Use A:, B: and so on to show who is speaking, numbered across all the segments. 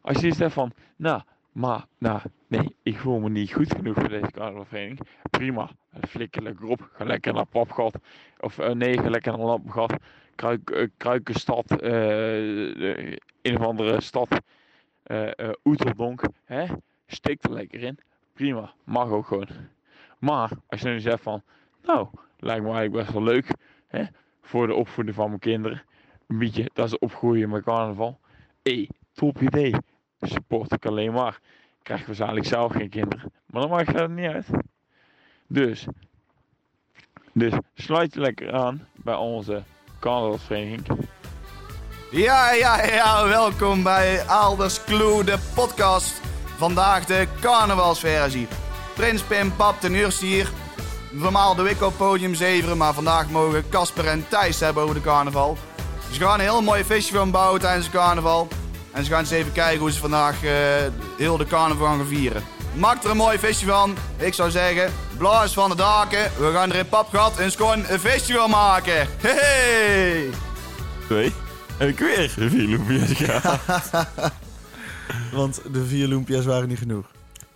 A: Als je iets hebt van, nou, maar, nou, nee, ik voel me niet goed genoeg voor deze carnavalvereniging. Prima, flikker lekker op, ga lekker naar Papgat. Of eh, nee, ga lekker naar Lampgat. Kruik, eh, Kruikenstad, eh, eh, een of andere stad, eh eh, Oeteldonk. Hè? Steek er lekker in, prima, mag ook gewoon. Maar, als je nu zegt van, nou, lijkt me eigenlijk best wel leuk, hè? voor de opvoeding van mijn kinderen. Een beetje, dat is opgroeien met carnaval. Hé, top idee. Support ik alleen maar. Ik krijg waarschijnlijk zelf geen kinderen. Maar dan maakt dat niet uit. Dus. Dus sluit je lekker aan bij onze carnavalsvereniging.
B: Ja, ja, ja, welkom bij Aalders Clue, de podcast. Vandaag de carnavalsversie. Prins Pim, Pap ten Urst hier. Normaal doe ik op podium 7, maar vandaag mogen Casper en Thijs hebben over de carnaval. Ze gaan een heel mooi feestje van bouwen tijdens de carnaval. En ze gaan eens even kijken hoe ze vandaag eh, heel de carnaval gaan vieren. Maak er een mooi feestje van. Ik zou zeggen, blaas van de daken. We gaan er in Papgat een schoon een feestje van maken. Hey!
C: Twee. En ik weer vier loempjes. Ja,
D: Want de vier Loempia's waren niet genoeg.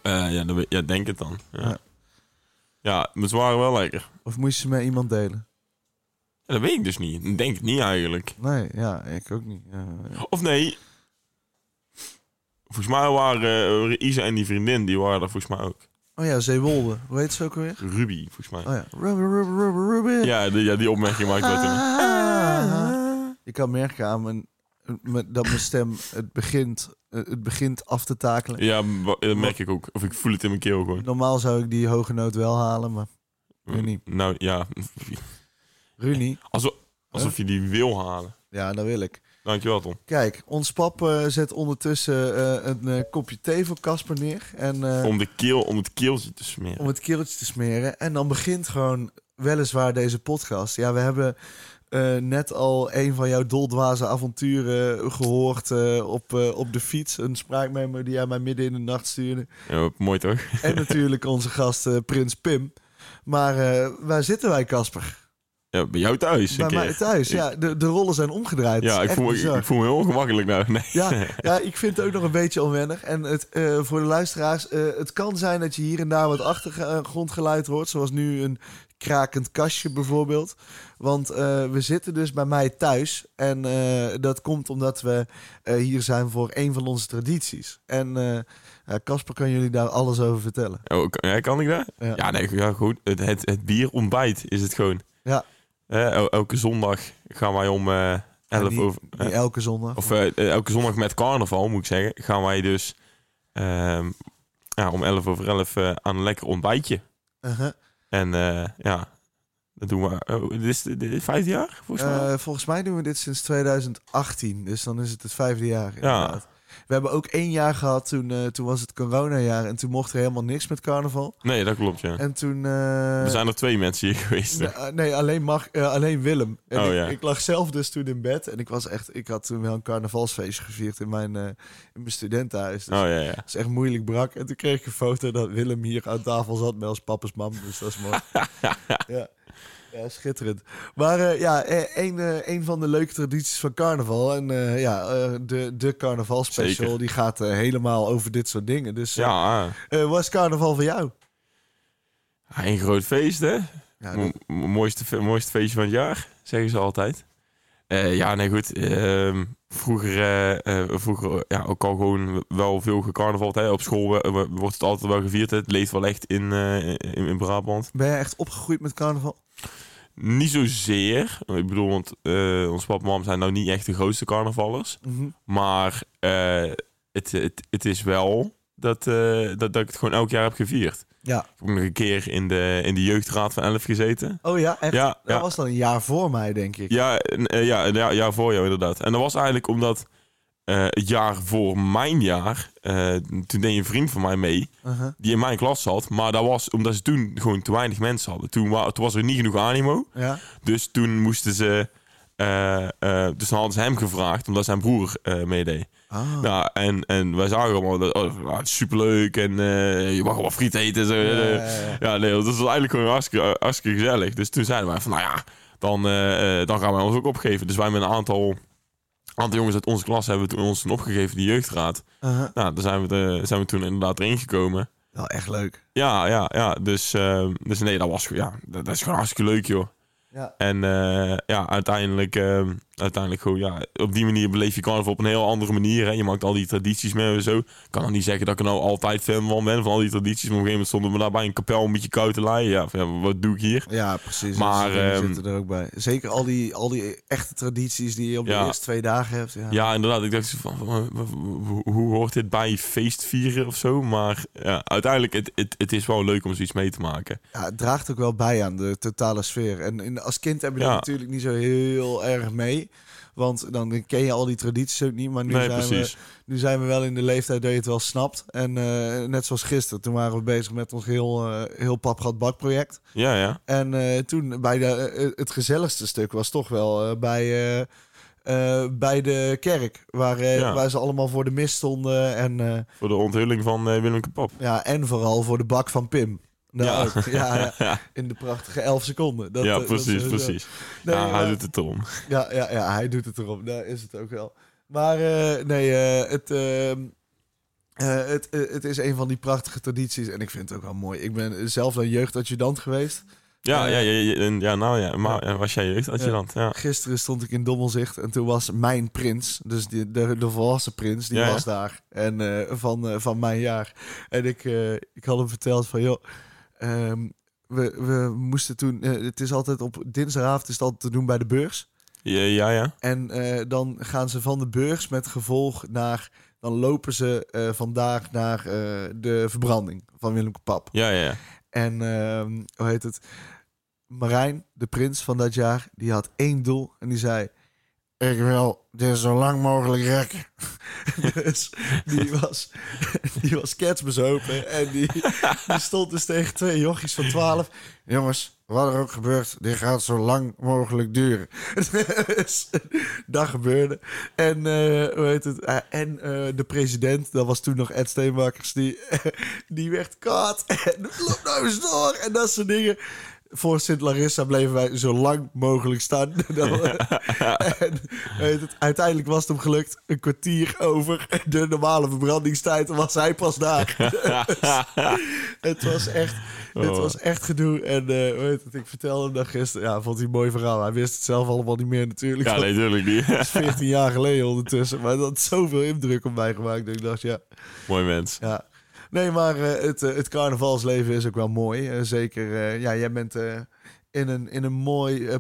C: Eh, ja, dan, weet- ja denk het dan. Ja.
D: Ja.
C: ja, maar ze waren wel lekker.
D: Of moest je ze met iemand delen?
C: Ja, dat weet ik dus niet. Ik Denk het niet eigenlijk.
D: Nee, ja, ik ook niet. Ja,
C: Of nee. Volgens mij waren eh, Isa en die vriendin, die waren daar volgens mij ook.
D: oh ja, Zeewolde. Hoe heet ze ook alweer?
C: Ruby, volgens mij.
D: Oh ja. Rubber, rubber, rubber, rubber.
C: Ja, die, ja, die opmerking maakte dat toen.
D: Ah. Ik kan merken aan mijn, mijn- dat mijn stem het begint, eh, het begint af te takelen.
C: Ja, wa- eh, dat merk ik ook. Of ik voel het in mijn keel gewoon.
D: Normaal zou ik die hoge noot wel halen, maar nu niet.
C: Nou ja,
D: Runi,
C: alsof, alsof je die wil halen.
D: ja, dat wil ik.
C: Dankjewel, Tom.
D: Kijk, ons pap eh, zet ondertussen eh, een eh, kopje thee voor Casper neer. En, eh,
C: Om, de keel, om het keeltje te smeren.
D: om het keeltje te smeren. En dan begint gewoon weliswaar deze podcast. Ja, we hebben eh, net al een van jouw doldwaze avonturen gehoord eh, op, eh, op de fiets. Een spraakmemo die jij mij midden in de nacht stuurde.
C: Ja, mooi toch?
D: En natuurlijk onze gast eh, Prins Pim. Maar eh, waar zitten wij, Casper?
C: Ja, bij jou thuis
D: Bij
C: een
D: mij
C: keer.
D: thuis. Ja, de, de rollen zijn omgedraaid. Het
C: Ja,
D: is
C: ik
D: echt
C: voel, me-
D: bizar.
C: ik, voel me heel ongemakkelijk nou. Nee.
D: Ja, ja, ik vind het ook nog een beetje onwennig. En het, eh, voor de luisteraars, eh, het kan zijn dat je hier en daar wat achtergrondgeluid hoort. Zoals nu een krakend kastje bijvoorbeeld. Want eh, we zitten dus bij mij thuis. En eh, dat komt omdat we eh, hier zijn voor een van onze tradities. En eh, ja, Casper kan jullie daar alles over vertellen.
C: Oh, kan, ja, kan ik dat? Ja,
D: Ja.
C: nee, ja, goed. Het, het, het bierontbijt is het gewoon.
D: Ja.
C: Hè, el- elke zondag gaan wij om eh 11
D: die-
C: over...
D: Die
C: eh,
D: elke zondag.
C: of eh, eh, elke zondag met carnaval, moet ik zeggen, gaan wij dus ehm, ja, om 11 over 11 eh, aan een lekker ontbijtje.
D: Uh-huh.
C: En eh, ja, dat doen we... Oh, dit is, dit is vijfde jaar, volgens mij?
D: Eh, volgens mij doen we dit sinds 2018. Dus dan is het het vijfde jaar. Inderdaad. We hebben ook één jaar gehad, toen, eh, toen was het coronajaar. En toen mocht er helemaal niks met carnaval.
C: nee, dat klopt, ja.
D: En toen... eh,
C: er Hm. zijn er twee mensen hier geweest. hè.
D: Nee, nee, alleen, mag, eh, alleen Willem. En
C: Oh,
D: ik,
C: ja.
D: ik lag zelf dus toen in bed. En ik was echt... Ik had toen wel een carnavalsfeestje gevierd in mijn, eh, in mijn studentenhuis. Dus
C: Oh ja, ja.
D: dat is echt moeilijk brak. En toen kreeg ik een foto dat Willem hier aan tafel zat met als papa's mam. Dus dat is mooi. ja. ja, schitterend. Maar eh, ja, eh, een, eh, een van de leuke tradities van carnaval. En eh, ja, eh, de, de carnavalspecial
C: Zeker.
D: die gaat eh, helemaal over dit soort dingen. Dus eh,
C: Ja, ah.
D: eh, wat is carnaval voor jou?
C: een groot feest, hè?
D: Ja,
C: Mo- mo- mooiste, fe- mooiste feestje van het jaar, zeggen ze altijd. Eh, ja, nee, goed. ehm, vroeger, eh, eh, vroeger ja, ook al gewoon wel veel gecarnavald. Hè. Op school we- we- wordt het altijd wel gevierd. Hè. Het leeft wel echt in, eh, in, in Brabant.
D: ben jij echt opgegroeid met carnaval?
C: Niet zozeer. Ik bedoel, want eh, ons papa en mam zijn nou niet echt de grootste carnavallers.
D: Mhm.
C: Maar eh, het, het, het is wel dat, eh, dat, dat ik het gewoon elk jaar heb gevierd.
D: Ja.
C: Ik heb ook nog een keer in de, in de jeugdraad van 11 gezeten.
D: Oh ja, echt?
C: Ja,
D: Dat
C: ja.
D: was dan een jaar voor mij, denk ik.
C: Ja, en, eh, ja, ja, ja, voor jou inderdaad. En dat was eigenlijk omdat eh, het jaar voor mijn jaar, eh, toen deed een vriend van mij mee,
D: Uh-huh.
C: die in mijn klas zat. Maar dat was omdat ze toen gewoon te weinig mensen hadden. Toen, wa- toen was er niet genoeg animo.
D: ja.
C: Dus toen moesten ze, eh, eh, dus dan hadden ze hem gevraagd, omdat zijn broer eh, meedeed.
D: Ah.
C: Nou, en, en wij zagen allemaal dat, oh, ah, het is superleuk en eh, je mag wel wat friet eten. en Zo, eh.
D: ja, ja.
C: ja, nee, dat was eigenlijk gewoon hartstikke, hartstikke eh, gezellig. Dus toen zeiden wij van, nou ja, dan, eh, eh, dan gaan wij ons ook opgeven. Dus wij met een aantal aantal jongens uit onze klas hebben toen ons toen opgegeven, die jeugdraad.
D: Aha.
C: Nou, daar zijn we, eh, zijn we toen inderdaad erin gekomen.
D: Wel echt leuk.
C: Ja, ja, ja. Dus, ehm, dus nee, dat was ja, dat, dat is gewoon hartstikke leuk, joh.
D: Ja.
C: En eh, ja, uiteindelijk, ehm, uiteindelijk gewoon, ja, op die manier beleef je carnaval op een heel andere manier. Hè. Je maakt al die tradities mee en zo. Ik kan dan niet zeggen dat ik er nou altijd fan van ben, van al die tradities. Maar op een gegeven moment stonden we daar bij een kapel een beetje koud te laaien. Ja, van, ja, wat doe ik hier?
D: Ja, precies.
C: Maar,
D: Die dingen
C: ehm,
D: zitten er ook bij. Zeker al die, al die echte tradities die je op de
C: Ja.
D: eerste twee dagen hebt. Ja.
C: Ja, inderdaad. Ik dacht zo van, van, w- w- hoe hoort dit bij feestvieren of zo? Maar ja, uiteindelijk, het, het, het is wel leuk om zoiets mee te maken.
D: Ja, het draagt ook wel bij aan de totale sfeer. En in, als kind heb je dat
C: Ja.
D: natuurlijk niet zo heel erg mee. Want dan ken je al die tradities ook niet. Maar nu,
C: nee,
D: zijn,
C: precies.
D: we, nu zijn we wel in de leeftijd dat je het wel snapt. En eh, net zoals gisteren, toen waren we bezig met ons heel, eh, heel papgat bakproject.
C: Ja, ja.
D: En eh, toen bij de, eh, het gezelligste stuk was toch wel eh, bij, eh, eh, bij de kerk. Waar, eh,
C: Ja.
D: waar ze allemaal voor de mis stonden. En, eh,
C: Voor de onthulling van eh, Willem Kapap.
D: ja, en vooral voor de bak van Pim.
C: Ja.
D: Daar ook. Ja, ja.
C: Ja,
D: in de prachtige 11 seconden. Dat,
C: ja,
D: eh, dat
C: precies,
D: is-
C: precies.
D: Nee,
C: ja, hij
D: maar-
C: doet het om.
D: ja, ja, ja, hij doet het erop. Daar is het ook wel. Maar eh, nee, eh, het, ehm, eh, het, eh, het is een van die prachtige tradities. En ik vind het ook wel mooi. Ik ben zelf een jeugdadjudant geweest.
C: Ja,
D: Eh,
C: ja, ja, ja, en- ja, nou ja, maar eh, was jij jeugdadjudant? Ja.
D: Gisteren stond ik in Dommelzicht en toen was mijn prins, dus die, de, de volwassen prins, die
C: Ja, ja.
D: was daar. En eh, van, eh, van mijn jaar. En ik, eh, ik had hem verteld van, joh, ehm, we, we moesten toen... eh, het is altijd op dinsdagavond is het altijd te doen bij de beurs.
C: Ja, ja, ja.
D: En eh, dan gaan ze van de beurs met gevolg naar... Dan lopen ze eh, vandaag naar eh, de verbranding van Willem Pap.
C: Ja, ja, ja.
D: En ehm, hoe heet het? Marijn, de prins van dat jaar, die had één doel en die zei: Ik wil dit zo lang mogelijk rekken. dus die was, die was ketsbezopen en die, die stond dus tegen twee jochies van 12. Jongens, wat er ook gebeurt, dit gaat zo lang mogelijk duren. dus, dat gebeurde. En eh, hoe heet het? Eh, en eh, de president, dat was toen nog Ed Steenmakers, die, die werd kwaad. En loop nou eens door en dat soort dingen. Voor Sint Larissa bleven wij zo lang mogelijk staan. Dan- en, weet het, uiteindelijk was het hem gelukt. Een kwartier over de normale verbrandingstijd was hij pas daar. Het was echt, het
C: Oh.
D: was echt gedoe. En eh, hoe heet het, ik vertelde hem dat gisteren. Ja, vond hij een mooi verhaal. Hij wist het zelf allemaal niet meer natuurlijk.
C: Ja,
D: want
C: nee, tuurlijk niet.
D: Het is 14 jaar geleden ondertussen. Maar dat had zoveel indruk op mij gemaakt. Dat ik dacht, ja,
C: Mooi mens.
D: ja. Nee, maar eh, het, eh, het carnavalsleven is ook wel mooi. Eh, zeker, eh, ja, jij bent eh, in, een, in een mooi eh,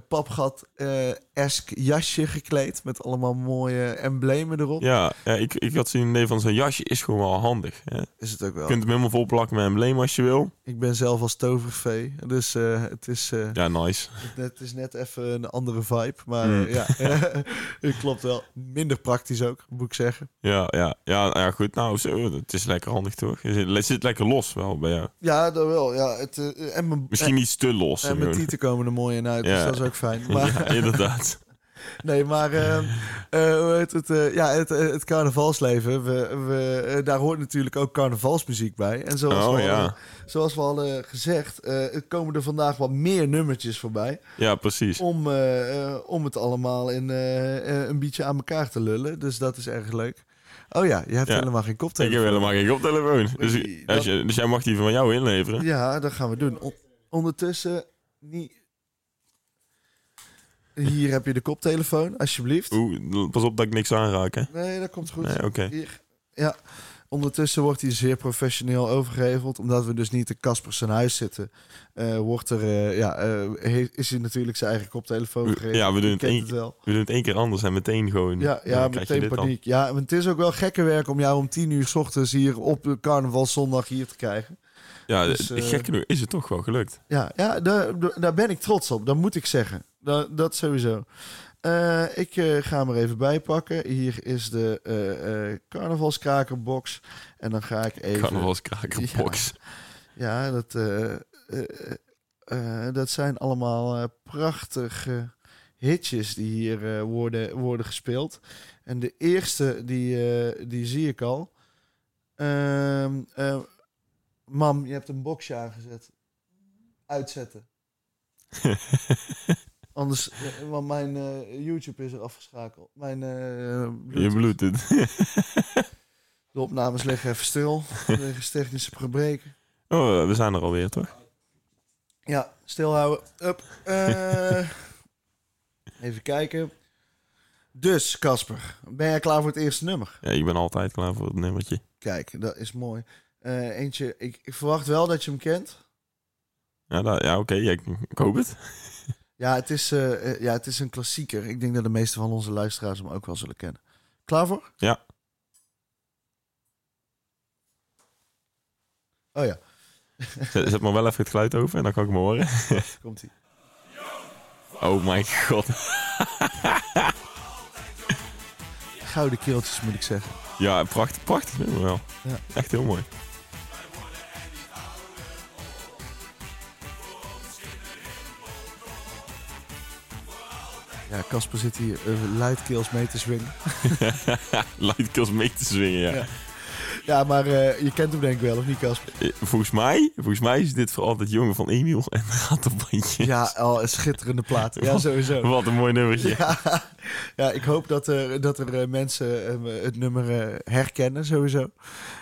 D: papgat-esk jasje gekleed. Met allemaal mooie emblemen erop.
C: Ja, ja ik, ik had zien, nee, van zo'n jasje is gewoon wel handig. Hè. Je
D: Is het ook wel.
C: kunt hem helemaal volplakken met embleem als je wil.
D: Ik ben zelf als tovervee. Dus eh, het is... eh,
C: Ja, nice.
D: Het is net even een andere vibe, maar
C: Mm.
D: eh, ja, het klopt wel. Minder praktisch ook, moet ik zeggen.
C: Ja, ja, ja, ja goed. Nou, zo, het is lekker handig, toch? Het zit- het zit lekker los wel bij jou.
D: Ja, dat wel. Ja, het, eh, en mijn,
C: Misschien iets te los.
D: en, en mijn
C: gewoon.
D: tieten komen er mooi in uit, dus
C: Ja.
D: dat is ook fijn. Maar,
C: Ja, inderdaad.
D: Nee, maar ehm, eh, hoe heet het, eh, ja, het, eh, het carnavalsleven, we, we, eh, daar hoort natuurlijk ook carnavalsmuziek bij. En zoals,
C: Oh,
D: we, al,
C: ja.
D: zoals we al eh, gezegd, eh, er komen er vandaag wat meer nummertjes voorbij.
C: Ja, precies.
D: Om, eh, eh, om het allemaal in, eh, eh, een beetje aan elkaar te lullen. Dus dat is erg leuk. Oh ja, je hebt
C: Ja.
D: helemaal geen
C: Ik heb
D: koptelefoon.
C: helemaal geen koptelefoon. Dus,
D: Oei, dat-
C: als je, dus jij mag die van jou inleveren.
D: Ja, dat gaan we doen. On- ondertussen, niet... Hier heb je de koptelefoon, alsjeblieft.
C: Oeh, pas op dat ik niks aanraak, hè?
D: Nee, dat komt goed.
C: Nee, oké.
D: Hier. Ja. Ondertussen wordt hij zeer professioneel overgeheveld. Omdat we dus niet in Kasper zijn huis zitten, eh, wordt er, eh, ja, eh, he- is hij natuurlijk zijn eigen koptelefoon gegeven.
C: Ja, we doen
D: Je
C: het
D: kent
C: één,
D: het wel.
C: we doen het één keer anders en meteen gewoon. Dan
D: Ja, ja
C: krijg je
D: meteen
C: dit dan.
D: paniek. Ja, want het is ook wel gekke werk om jou om tien uur s ochtends hier op de carnavalzondag hier te krijgen.
C: Ja,
D: Dus,
C: d-
D: eh,
C: gek genoeg is het toch wel gelukt.
D: Ja, ja daar, daar ben ik trots op. Dat moet ik zeggen. Dat, dat sowieso. Eh, ik eh, ga hem er even bij pakken. Hier is de eh eh carnavalskrakerbox. En dan ga ik even...
C: Carnavalskrakerbox.
D: Ja, dat, eh, eh, eh, eh, dat zijn allemaal eh, prachtige hitjes die hier eh, worden, worden gespeeld. En de eerste, die, eh, die zie ik al. Ehm, eh, mam, je hebt een boxje aangezet. Uitzetten. Anders, eh, want mijn eh, YouTube is er afgeschakeld. Mijn eh,
C: Je
D: Bluetooth.
C: bloedt het.
D: de opnames liggen even stil. Wegens technische gebreken.
C: Oh, we zijn er alweer, toch?
D: Ja, stilhouden. Up. Eh, even kijken. Dus, Casper, ben jij klaar voor het eerste nummer?
C: Ja, ik ben altijd klaar voor het nummertje.
D: Kijk, dat is mooi. Eh, eentje, ik, ik verwacht wel dat je hem kent.
C: Ja, dat- ja oké, ja, ik, ik hoop het.
D: Ja het, is, eh, eh, ja, het is een klassieker. Ik denk dat de meeste van onze luisteraars hem ook wel zullen kennen. Klaar voor?
C: Ja.
D: Oh ja,
C: Zet, zet maar wel even het geluid over en dan kan ik me horen.
D: komt ie.
C: Oh mijn god.
D: Gouden keeltjes moet ik zeggen.
C: Ja, prachtig, prachtig nummer wel.
D: Ja.
C: Echt heel mooi.
D: Ja, Casper zit hier eh, luidkeels mee te swingen.
C: Lightkill mee te zwingen, ja.
D: Ja. Ja, maar eh, je kent hem denk ik wel, of niet Casper?
C: Eh, Volgens mij, volgens mij is dit voor altijd jongen van Emiel en Rattenbandje.
D: Ja, al een schitterende plaat. Ja, sowieso.
C: Wat een mooi nummertje.
D: Ja, ja, ik hoop dat er, dat er eh, mensen eh, het nummer eh, herkennen, sowieso.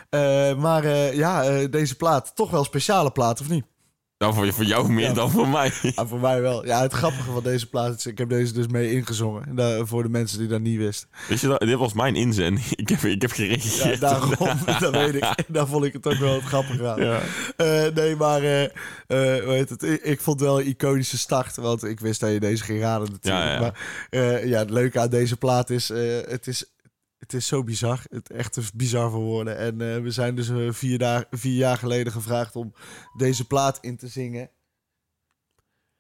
D: Eh, maar eh, ja, eh, deze plaat, toch wel een speciale plaat, of niet?
C: Nou, voor, voor jou meer
D: Ja.
C: dan voor mij.
D: Ah, voor mij wel. Ja, het grappige van deze plaat is, ik heb deze dus mee ingezongen. En daar- voor de mensen die dat niet wisten.
C: Weet je, dat, dit was mijn inzending. Ik heb, ik heb
D: Ja,
C: gereageerd.
D: daarom, dat weet ik. En daar vond ik het ook wel het grappige aan.
C: Ja.
D: Eh, nee, maar eh, eh, hoe heet het? Ik, ik vond het wel een iconische start, want ik wist dat je deze ging raden natuurlijk.
C: Ja, ja.
D: Maar eh, ja, het leuke aan deze plaat is, eh, het is, het is zo bizar. Het echt is bizar voor woorden. En eh, we zijn dus eh, vier, daar, vier jaar geleden gevraagd om deze plaat in te zingen.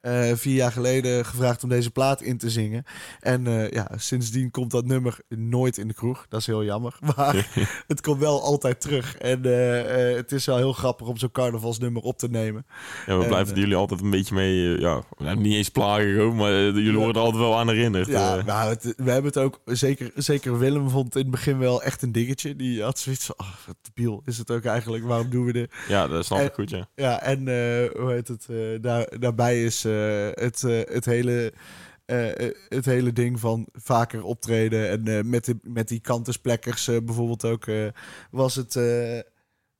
D: Eh, vier jaar geleden gevraagd om deze plaat in te zingen. En eh, ja, sindsdien komt dat nummer nooit in de kroeg. Dat is heel jammer. Maar het komt wel altijd terug. En eh, eh, het is wel heel grappig om zo'n carnavalsnummer op te nemen.
C: Ja, we
D: En,
C: blijven
D: eh,
C: jullie altijd een beetje mee. eh, Ja, nou, niet eens plagen gewoon, maar eh, jullie worden er altijd wel aan herinnerd.
D: Ja,
C: eh.
D: maar het- we hebben het ook... Zeker, zeker Willem vond het in het begin wel echt een dingetje. Die had zoiets van... Oh, wat debiel is het ook eigenlijk? Waarom doen we dit?
C: ja dat snap
D: en-
C: ik goed, ja.
D: Ja, en eh, hoe heet het? eh, daar, daarbij is eh, het, eh, het, hele, eh, eh, het hele ding van vaker optreden. En eh, met, de, met die kantensplekkers eh, bijvoorbeeld ook eh, was het. eh,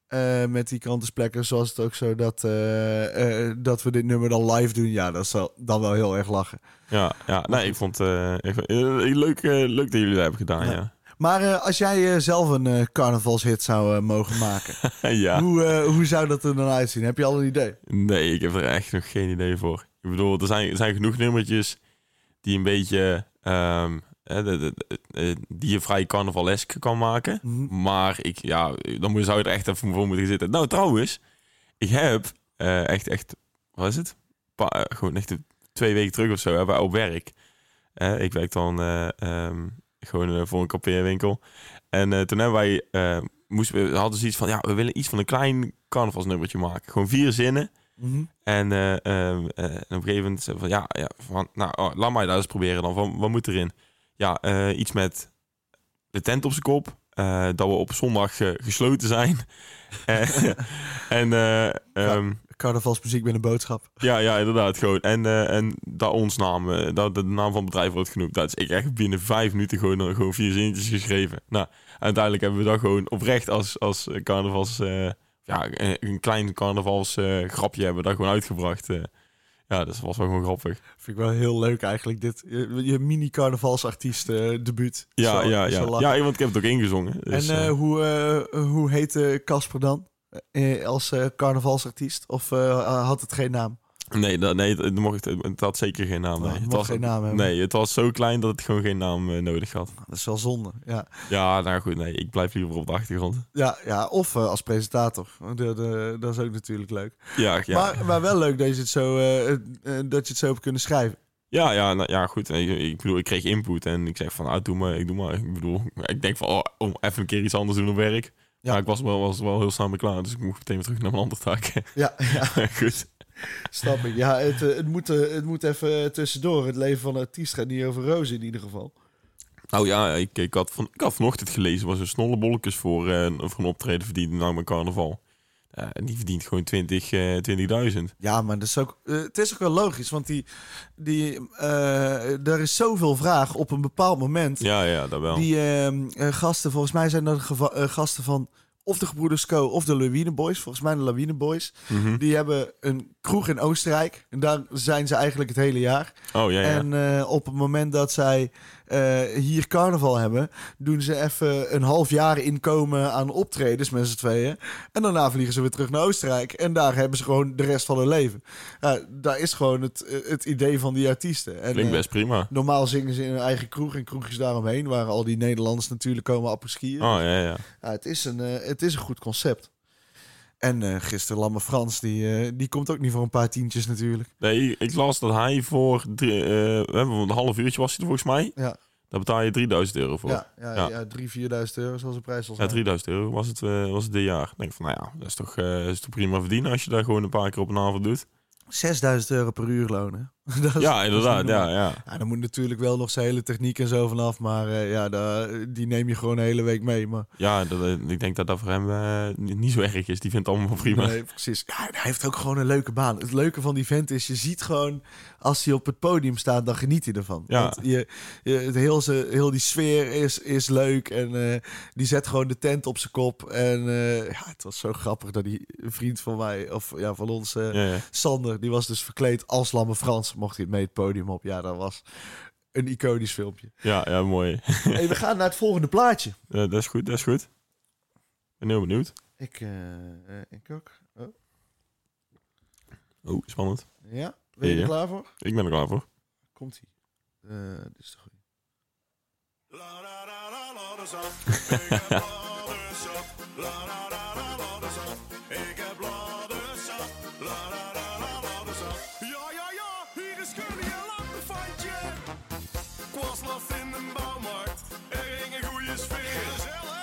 D: eh, met die kantensplekkers was het ook zo dat, eh, eh, dat we dit nummer dan live doen. Ja, dat zal dan wel heel erg lachen.
C: Ja, ja. Nee, ik vond eh, ik vond- eh, leuk, eh, leuk dat jullie dat hebben gedaan,
D: Ja.
C: ja.
D: Maar eh, als jij eh, zelf een eh, carnavalshit zou eh, mogen maken,
C: ja.
D: hoe, eh, hoe zou dat er dan uitzien? Heb je al een idee?
C: Nee, ik heb er echt nog geen idee voor. Ik bedoel, er zijn, er zijn genoeg nummertjes die een beetje... ehm, eh, de- de- de- eh, die je vrij carnavalesk kan maken.
D: Mhm,
C: Maar ik, ja, dan moet- zou je er echt even voor moeten zitten. Nou, trouwens, ik heb eh, echt, echt, wat is het? Pa- eh, gewoon echt twee weken terug of zo, hebben we op werk. Eh, ik werk dan eh, ehm, gewoon eh, voor een kampeerwinkel. En eh, toen hebben wij, eh, moesten we, we hadden zoiets van, ja, we willen iets van een klein carnavalsnummertje maken. Gewoon vier zinnen.
D: Mhm.
C: En, eh, ehm, eh, en op een gegeven moment zeiden we van, ja, ja van, nou, oh, laat mij dat eens proberen dan. Van, wat moet erin? Ja, eh, iets met de tent op zijn kop. eh, dat we op zondag eh, gesloten zijn. en eh, ehm,
D: Carnavalsmuziek met een boodschap.
C: ja, ja, inderdaad. Gewoon. En, eh, en dat ons naam, eh, dat de naam van het bedrijf wordt genoemd. Dat is ik echt binnen vijf minuten gewoon, eh, gewoon vier zinnetjes geschreven. Nou, uiteindelijk hebben we dat gewoon oprecht als, als carnavals... eh, ja, een- een klein carnavals eh, grapje hebben we dat gewoon uitgebracht. eh. ja, dat was wel gewoon grappig.
D: Vind ik wel heel leuk eigenlijk, dit. Je, je mini-carnavalsartiest eh, debuut.
C: Ja,
D: Zo-
C: ja,
D: zo
C: ja.
D: lachen.
C: Ja, want ik heb het ook ingezongen. Dus,
D: en eh,
C: eh,
D: hoe, eh, hoe heette Casper dan? Eh, als eh, carnavalsartiest? Of eh, had het geen naam?
C: Nee, dat, nee het, het mocht, het, het had zeker geen naam. Nee.
D: het
C: het
D: mocht geen naam hebben.
C: Nee, het was zo klein dat het gewoon geen naam eh, nodig had.
D: Nou, Dat is wel zonde, ja.
C: Ja, nou goed, nee, ik blijf liever op de achtergrond.
D: Ja, ja of eh, als presentator. De, de, dat is ook natuurlijk leuk.
C: Ja, ja.
D: Maar, maar wel leuk dat je, het zo, eh, eh, dat je het zo hebt kunnen schrijven.
C: ja, ja, nou, ja goed. Ik, ik bedoel, ik kreeg input en ik zeg van, ah, doe maar, ik doe maar. Ik bedoel, ik denk van, oh, om even een keer iets anders doen op werk.
D: Ja.
C: Ja, ik was wel, was wel heel snel mee klaar, dus ik moest meteen weer terug naar mijn andere taak.
D: Ja, ja
C: goed.
D: snap ik. Ja, het, eh, het, moet, eh, het moet even tussendoor. Het leven van een artiest gaat niet over rozen in ieder geval.
C: Nou ja, ik, ik, had van, ik had vanochtend gelezen, was een snolle bolletjes voor, eh, voor een optreden verdiende nou mijn carnaval. Ja, en die verdient gewoon 20, eh 20.000.
D: Ja, maar dat is ook, eh, het is ook wel logisch, want die, die, eh, er is zoveel vraag op een bepaald moment.
C: Ja, ja, dat wel.
D: Die ehm, eh, gasten, volgens mij zijn dat geva- eh, gasten van of de Gebroeders Co. of de Lawine Boys. Volgens mij de Lawine Boys.
C: Mhm.
D: Die hebben een kroeg in Oostenrijk. En daar zijn ze eigenlijk het hele jaar.
C: Oh, ja, ja.
D: En eh, op het moment dat zij eh, hier carnaval hebben, doen ze even een half jaar inkomen aan optredens met z'n tweeën. En daarna vliegen ze weer terug naar Oostenrijk. En daar hebben ze gewoon de rest van hun leven. Ja, daar is gewoon het, het idee van die artiesten. En,
C: Klinkt
D: eh,
C: best prima.
D: Normaal zingen ze in hun eigen kroeg en kroegjes daaromheen, waar al die Nederlanders natuurlijk komen appeskiën.
C: Oh, ja, ja.
D: Ja, het, is een, eh, het is een goed concept. En eh gisteren Lamme Frans, die, eh, die komt ook niet voor een paar tientjes natuurlijk.
C: Nee, ik las dat hij voor drie, eh, we hebben een half uurtje was hij er volgens mij.
D: Ja.
C: Daar betaal je 3000 euro voor. Ja,
D: Ja, ja, ja.
C: Ja.
D: 3.000, 4.000 euro zoals de prijs al zijn.
C: 3000 euro was het, eh, was het dit jaar. Ik denk van, nou ja, dat is toch, eh, dat is toch prima verdienen als je daar gewoon een paar keer op een avond doet.
D: 6.000 euro per uur lonen.
C: Ja, inderdaad. Ja, ja.
D: Ja, dan moet natuurlijk wel nog zijn hele techniek en zo vanaf, maar eh, ja, daar, die neem je gewoon de hele week mee. Maar
C: ja dat, eh, ik denk dat dat voor hem eh, niet niet zo erg is. Die vindt het allemaal wel prima.
D: Nee, precies. Ja, en hij heeft ook gewoon een leuke baan. Het leuke van die vent is, je ziet gewoon... als hij op het podium staat, dan geniet hij ervan.
C: Ja.
D: Want je, je, het heel, ze, heel die sfeer is, is leuk. En eh, die zet gewoon de tent op zijn kop. En eh, ja, het was zo grappig dat die vriend van mij... of ja, van ons, eh,
C: Ja, ja.
D: Sander... die was dus verkleed als Lamme Frans. Mocht hij mee het podium op. Ja, dat was een iconisch filmpje.
C: Ja, ja, mooi.
D: hey, we gaan naar het volgende plaatje.
C: Eh, dat is goed, dat is goed. Ik ben heel benieuwd.
D: Ik, eh, eh, ik ook. Oh,
C: Oh, spannend.
D: ja, ben
C: Ja,
D: je er
C: ja.
D: klaar voor?
C: Ik ben er klaar voor.
D: Komt-ie. Eh, dit is de goeie.
E: Ja, ja, ja, hier is Curly en Lampefantje. Kwaslaf in de bouwmarkt, er hing een goede sfeer.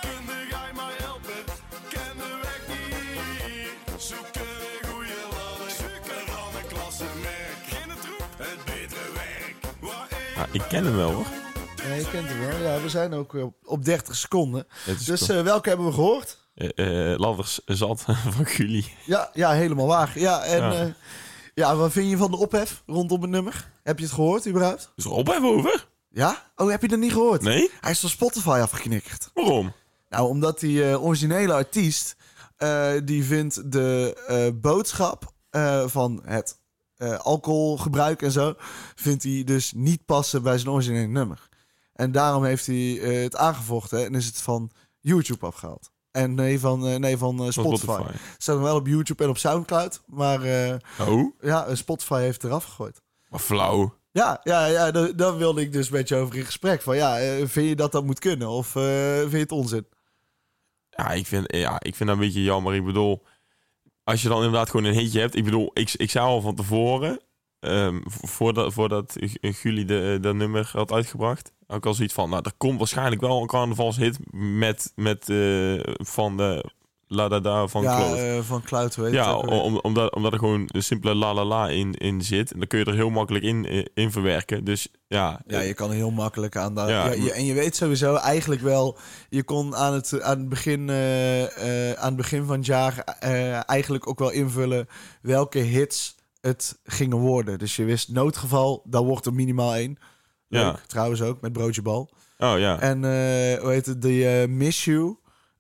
E: Kunde jij mij helpen? Ken de weg niet. Zoeken een goede ladder, en dan een klassemerk. In het roep, het betere werk. Waar ik
C: Ja, Ah, ik ken hem wel hoor.
D: Nee, je kent hem wel. Ja, we zijn ook eh, op, op 30 seconden.
C: Het is
D: Dus
C: toch-
D: eh, welke hebben we gehoord?
C: eh eh, Ladders zat van Gulli.
D: Ja, ja helemaal waar. Ja, en
C: Ja.
D: eh, ja, wat vind je van de ophef rondom het nummer? Heb je het gehoord überhaupt?
C: Is er op even over?
D: Ja? Oh, heb je dat niet gehoord?
C: Nee?
D: Hij is van Spotify afgeknikkerd.
C: Waarom?
D: Nou, omdat die eh, originele artiest... eh, die vindt de eh, boodschap eh, van het eh, alcoholgebruik en zo... vindt hij dus niet passen bij zijn originele nummer. En daarom heeft hij eh, het aangevochten en is het van YouTube afgehaald. En nee, van, eh, nee, van eh,
C: Van
D: Spotify. Het staat nog wel op YouTube en op Soundcloud. Maar eh,
C: Oh,
D: ja, eh, Spotify heeft eraf gegooid.
C: maar flauw.
D: Ja, ja, ja da- daar wilde ik dus met je over in gesprek. Van ja, eh, vind je dat dat moet kunnen? Of eh, vind je het onzin?
C: Ja ik, vind, ja, ik vind dat een beetje jammer. Ik bedoel, als je dan inderdaad gewoon een hitje hebt. Ik bedoel, ik, ik zei al van tevoren, ehm, vo- voordat, voordat eh, Gulli de, dat nummer had uitgebracht, ook al zoiets van, nou, er komt waarschijnlijk wel een carnavalshit met, met eh, van de La Da Da van
D: ja,
C: Kloot.
D: eh, van Cloud weet
C: Ja, om, omdat, omdat er gewoon een simpele la la la in, in zit. En dan kun je er heel makkelijk in, eh, in verwerken. Dus ja,
D: ja, je kan heel makkelijk aan daar.
C: Ja,
D: Ja, je-
C: maar-
D: en je weet sowieso eigenlijk wel. Je kon aan het, aan het, begin, eh, eh, aan het begin van het jaar eh, eigenlijk ook wel invullen welke hits het gingen worden. Dus je wist noodgeval, daar wordt er minimaal één. Leuk,
C: Ja.
D: trouwens ook, met broodje bal.
C: oh ja.
D: En eh, hoe heet het, die eh, Miss You.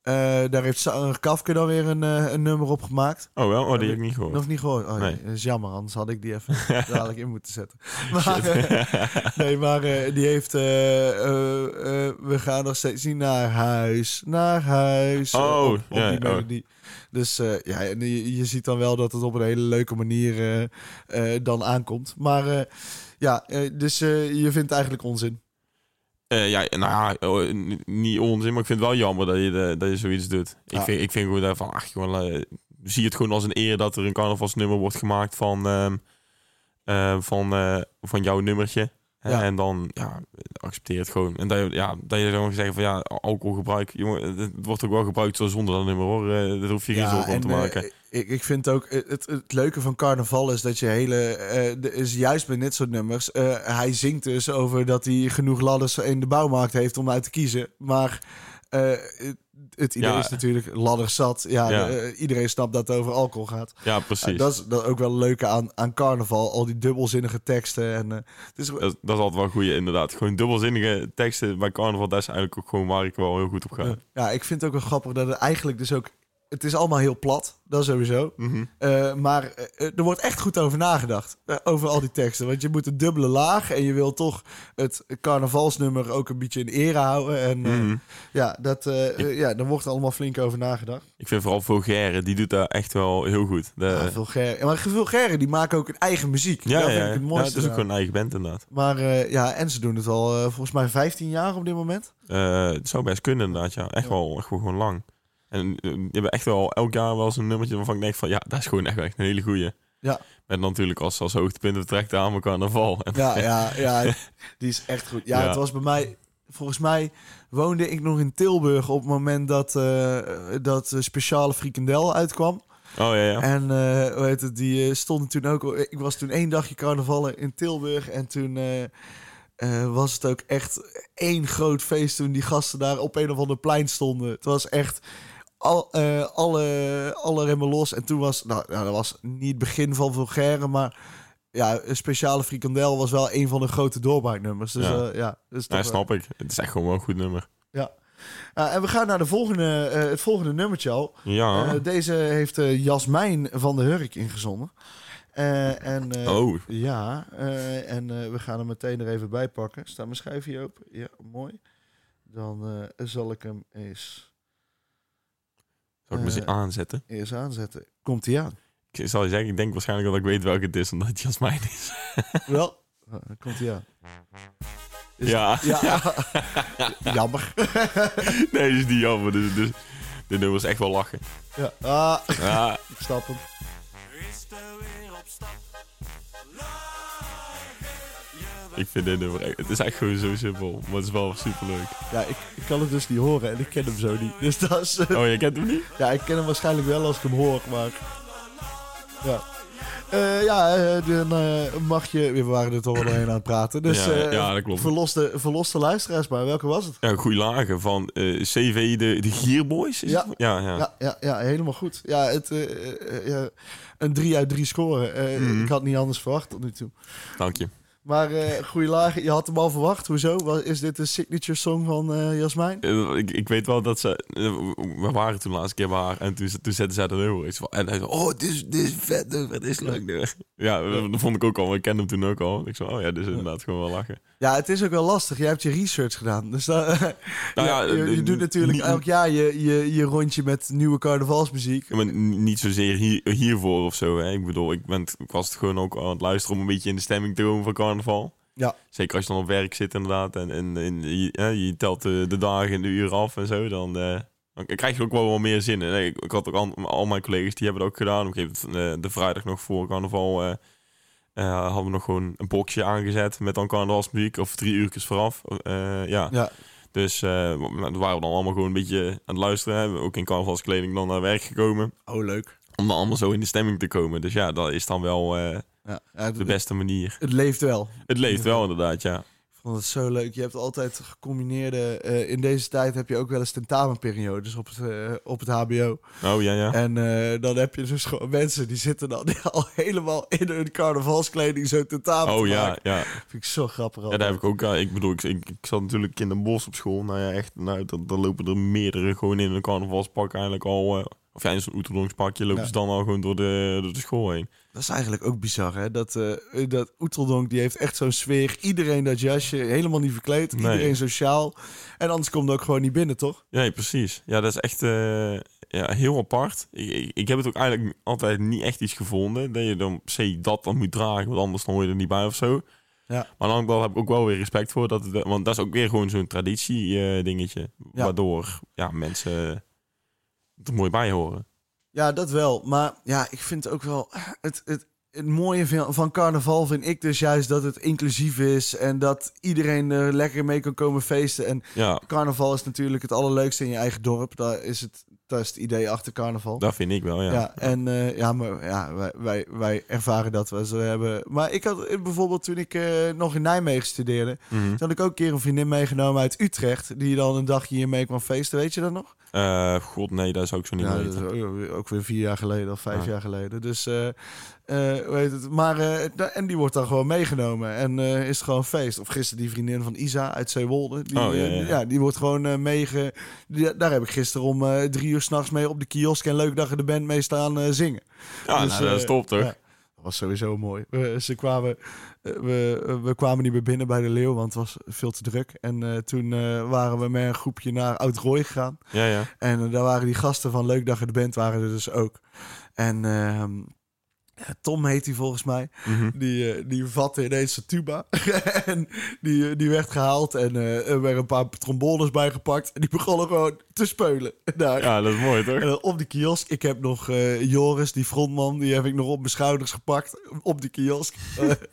D: eh, daar heeft Sander Kafke dan weer een, eh, een nummer op gemaakt.
C: Oh wel? Oh, die heb ik niet gehoord.
D: Nog niet gehoord. Oh,
C: Nee.
D: nee. Dat is jammer, anders had ik die even dadelijk in moeten zetten. Maar, eh, nee, maar eh, die heeft... eh, eh, eh, we gaan nog steeds niet naar huis. Naar huis. eh,
C: Oh,
D: op, op
C: ja,
D: die
C: oh.
D: melodie. Dus eh, ja, en je, je ziet dan wel dat het op een hele leuke manier eh, eh, dan aankomt. Maar eh, ja, eh, dus eh, je vindt het eigenlijk onzin.
C: Eh, ja, nou ja, oh, n- niet onzin, maar ik vind het wel jammer dat je, de- dat je zoiets doet.
D: Ja.
C: Ik, vind, ik vind gewoon daarvan, ach joh, eh, zie het gewoon als een eer dat er een carnavalsnummer wordt gemaakt van, ehm, eh, van, eh, van jouw nummertje. Hè,
D: Ja.
C: En dan ja, accepteer het gewoon. En dat, je- ja, dat je dan zegt van ja, alcoholgebruik, jongen, het wordt ook wel gebruikt zo zonder dat nummer hoor. Eh, Daar hoef je geen zorgen om te
D: eh,
C: maken.
D: ik, ik vind ook eh, het, het leuke van carnaval is dat je hele. eh, de- is juist bij dit soort nummers. eh, hij zingt dus over dat hij genoeg ladders in de bouwmarkt heeft om uit te kiezen. Maar eh, het- het idee
C: Ja.
D: is natuurlijk ladder zat. Ja,
C: Ja.
D: eh, iedereen snapt dat het over alcohol gaat.
C: Ja,
D: Ja,
C: precies.
D: dat is dat ook wel leuk aan, aan carnaval. Al die dubbelzinnige teksten. En, eh, het is,
C: Dat, dat is altijd wel een goeie, inderdaad. Gewoon dubbelzinnige teksten bij carnaval. Dat is eigenlijk ook gewoon waar ik wel heel goed op ga.
D: ja, ik vind het ook wel grappig dat het eigenlijk dus ook... Het is allemaal heel plat, dat sowieso.
C: Mhm.
D: Eh, maar eh, er wordt echt goed over nagedacht. eh, over al die teksten. Want je moet een dubbele laag. En je wil toch het carnavalsnummer ook een beetje in ere houden. En eh,
C: Mhm.
D: ja, dat, eh, eh, ja, daar wordt allemaal flink over nagedacht.
C: Ik vind vooral Vulgaire, die doet dat echt wel heel goed. De-
D: Ja, vulgair. Maar vulgairen die maken ook hun eigen muziek.
C: Eh. ja,
D: dat
C: ja,
D: vind
C: ja.
D: ik het
C: Ja, het
D: mooiste.
C: is ook
D: eraan.
C: gewoon een eigen band, inderdaad.
D: Maar eh, ja, en ze doen het al eh, volgens mij 15 jaar op dit moment.
C: Eh, het zou best kunnen, inderdaad. Ja. Echt, wel, echt wel gewoon lang. En eh, je hebt echt wel elk jaar wel zo'n nummertje waarvan ik denk van... Ja, dat is gewoon echt, wel echt een hele goeie.
D: Ja.
C: Met natuurlijk als, als hoogtepunt betrekt aan elkaar carnaval. En,
D: Ja, ja, ja. Die is echt goed. Ja,
C: Ja.
D: het was bij mij... Volgens mij woonde ik nog in Tilburg op het moment dat, eh, dat eh, speciale frikandel uitkwam.
C: Oh ja, ja.
D: En eh, hoe heet het, die eh, stonden toen ook... Ik was toen één dagje carnavallen in Tilburg. En toen eh, eh, was het ook echt één groot feest toen die gasten daar op een of ander plein stonden. Het was echt al, eh, alle, alle remmen los. En toen was... Nou, nou, dat was niet het begin van Vulgaire, maar... Ja, een speciale frikandel was wel een van de grote doorbraaknummers. Dus
C: Ja.
D: ja, ja, dat is toch
C: Ja,
D: wel-
C: snap ik. Het is echt gewoon wel een goed nummer.
D: Ah, en we gaan naar de volgende, eh, het volgende nummertje al.
C: Ja.
D: Eh, deze heeft eh, Jasmijn van de Hurk ingezonden. Eh, en, eh,
C: oh,
D: Ja, eh, en eh, we gaan hem meteen er even bij pakken. Staat mijn schuifje open? Ja, mooi. Dan eh, zal ik hem eens,
C: zal ik me
D: eh,
C: eens aanzetten?
D: eerst aanzetten. Komt hij aan?
C: Ik zal je zeggen, ik denk waarschijnlijk dat ik weet welke het is, omdat het Jasmijn is.
D: Wel, eh, komt hij aan. Is-
C: ja.
D: Ja, jammer.
C: Nee, dat is niet jammer. Dus, dus, dit nummer is echt wel lachen.
D: ja. Ah,
C: Ja,
D: ik snap hem.
E: Is de weer op stap. Lachen. Je
C: ik vind dit nummer echt... Het is echt gewoon zo simpel, maar het is wel superleuk.
D: Ja, ik, ik kan het dus niet horen en ik ken hem zo niet. Dus dat is... eh,
C: Oh, je kent hem niet?
D: Ja, ik ken hem waarschijnlijk wel als ik hem hoor, maar... Ja, Eh, ja eh, dan eh, mag je... We waren er toch wel doorheen aan het praten. Dus
C: Ja,
D: eh,
C: ja, dat klopt.
D: Verlos de, verlos de luisteraars maar. Welke was het?
C: Ja, goeie lagen van eh, CV, de, de Gierboys. Is
D: Ja.
C: het? ja, ja.
D: Ja, ja, ja, helemaal goed. Ja, het, eh, eh, eh, een 3 uit 3 scoren. Eh,
C: Mhm.
D: Ik had niet anders verwacht tot nu toe.
C: dank je.
D: Maar eh goede laag, je had hem al verwacht. Hoezo? Wat- Is dit de signature song van eh, Jasmijn?
C: Eh, Ik, ik weet wel dat ze... eh, We waren toen de laatste keer bij haar en toen, toen zetten zij de nummer. Ik zei van- En hij zei, oh, dit is, dit is vet nummer, dit is leuk nummer. Ja, eh, dat vond ik ook al, ik kende hem toen ook al. Ik zei, oh ja, dit is inderdaad gewoon wel lachen.
D: Ja, het is ook wel lastig. Jij hebt je research gedaan. Dus da-
C: Nou
D: ja,
C: ja,
D: je, je
C: eh,
D: doet natuurlijk
C: niet-
D: elk jaar je, je, je rondje met nieuwe carnavalsmuziek.
C: Ja, maar n- niet zozeer hier, hiervoor of zo. Hè? Ik bedoel, ik, ben, ik was het gewoon ook aan het luisteren om een beetje in de stemming te komen van carnaval.
D: Ja.
C: Zeker als je dan op werk zit inderdaad. En, en, en je, hè, je telt de, de dagen en de uren af en zo. Dan, eh, dan krijg je ook wel, wel meer zin in. Ik, ik had ook al, al mijn collega's die hebben dat ook gedaan. Op een gegeven moment, eh, de vrijdag nog voor carnaval... eh, eh, hadden we nog gewoon een boxje aangezet met dan carnavalsmuziek. Of drie uurtjes vooraf. Eh, ja.
D: Ja,
C: Dus eh, maar daar waren we dan allemaal gewoon een beetje aan het luisteren. Hè. Ook in carnavalskleding dan naar werk gekomen
D: oh leuk.
C: om dan allemaal zo in de stemming te komen. Dus ja, dat is dan wel eh,
D: Ja, ja, het,
C: de beste manier.
D: het leeft wel.
C: Het leeft wel inderdaad, ja.
D: Ik vond het zo leuk. Je hebt altijd gecombineerde... eh, in deze tijd heb je ook wel eens tentamenperiodes op het, eh, op het hbo.
C: Oh ja, ja.
D: En eh, dan heb je dus gewoon mensen die zitten dan al helemaal in hun carnavalskleding zo tentamen
C: Oh
D: te
C: ja,
D: maken.
C: ja.
D: Vind ik zo grappig
C: ja.
D: altijd.
C: Daar heb ik ook. eh, ik bedoel, ik, ik, ik zat natuurlijk kinderbos op school. Nou ja, echt. Nou, dan, dan lopen er meerdere gewoon in een carnavalspak eigenlijk al. eh, of ja, in zo'n Oeteldonksparkje lopen
D: Ja.
C: ze dan al gewoon door de, door de school heen.
D: Dat is eigenlijk ook bizar, hè? Dat, eh dat Oeteldonk, die heeft echt zo'n sfeer. Iedereen dat jasje, helemaal niet verkleed.
C: Nee.
D: Iedereen sociaal. En anders komt het ook gewoon niet binnen, toch?
C: Ja, nee, precies. Ja, dat is echt eh, ja, heel apart. Ik, ik, ik heb het ook eigenlijk altijd niet echt iets gevonden. Dat je dan per se dat dan moet dragen, want anders dan hoor je er niet bij of zo.
D: Ja.
C: Maar dan heb ik ook wel weer respect voor. Dat het, want dat is ook weer gewoon zo'n traditie eh, dingetje.
D: Ja.
C: Waardoor ja, mensen er mooi bij horen.
D: Ja, dat wel. Maar ja, ik vind ook wel... Het, het, het mooie van, van carnaval vind ik dus juist dat het inclusief is. En dat iedereen er lekker mee kan komen feesten. En
C: Ja,
D: carnaval is natuurlijk het allerleukste in je eigen dorp. Daar is het Dat is het idee achter carnaval.
C: Dat vind ik wel, ja.
D: Ja, en eh, ja, maar ja, wij, wij, wij ervaren dat we zo hebben. Maar ik had eh, bijvoorbeeld toen ik eh, nog in Nijmegen studeerde,
C: Mhm.
D: toen had ik ook een keer een vriendin meegenomen uit Utrecht, die dan een dagje hier mee kwam feesten, weet je dat nog?
C: Eh, God, nee, dat zou ik zo niet
D: Ja, dat
C: weten.
D: is ook, ook weer vier jaar geleden of vijf
C: Ah.
D: jaar geleden. Dus, eh, eh, hoe heet het? Maar, eh, da- en die wordt dan gewoon meegenomen en eh, is het gewoon feest. Of gisteren die vriendin van Isa uit Zeewolde. Die,
C: Oh, ja,
D: eh,
C: ja,
D: die-
C: ja.
D: die wordt gewoon eh, meege... die- daar heb ik gisteren om eh, drie uur s'nachts mee op de kiosk en leuk dat je de band mee staan eh, zingen.
C: Ja,
D: Dus,
C: nou, dat is
D: eh,
C: top, toch?
D: ja. Dat was sowieso mooi. We, ze kwamen, eh, we, eh, we kwamen niet meer binnen bij de Leeuw, want het was veel te druk. En eh, toen eh, waren we met een groepje naar Oud-Rooi gegaan.
C: Ja, ja.
D: En eh, daar waren die gasten van Leuk dat je er bent, waren er dus ook. En ehm, ja, Tom heet hij volgens mij.
C: Mhm.
D: Die, eh, die vatte ineens zijn tuba. en die, eh, die werd gehaald en eh, er werden een paar trombones bijgepakt. En die begonnen gewoon te speulen. Daar.
C: Ja, dat is mooi, toch?
D: En dan Eh, op de kiosk. Ik heb nog eh, Joris, die frontman, die heb ik nog op mijn schouders gepakt. Op de kiosk. Eh,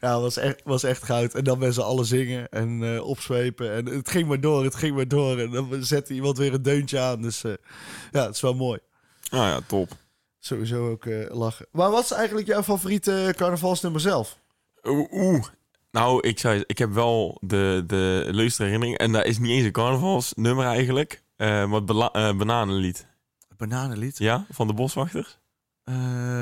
D: ja, was echt, was echt goud. En dan mensen alle zingen en eh, opzwepen. En het ging maar door, het ging maar door. En dan zette iemand weer een deuntje aan. Dus eh, ja, het is wel mooi.
C: Nou ja, top.
D: Sowieso ook eh, lachen. Maar wat is eigenlijk jouw favoriete eh, carnavalsnummer zelf?
C: Oeh. oeh. Nou, ik, zei, ik heb wel de, de leukste herinnering. En dat is niet eens een carnavalsnummer eigenlijk. eh, maar het bela- eh, bananenlied.
D: Het bananenlied.
C: Ja, van de boswachters.
D: Eh,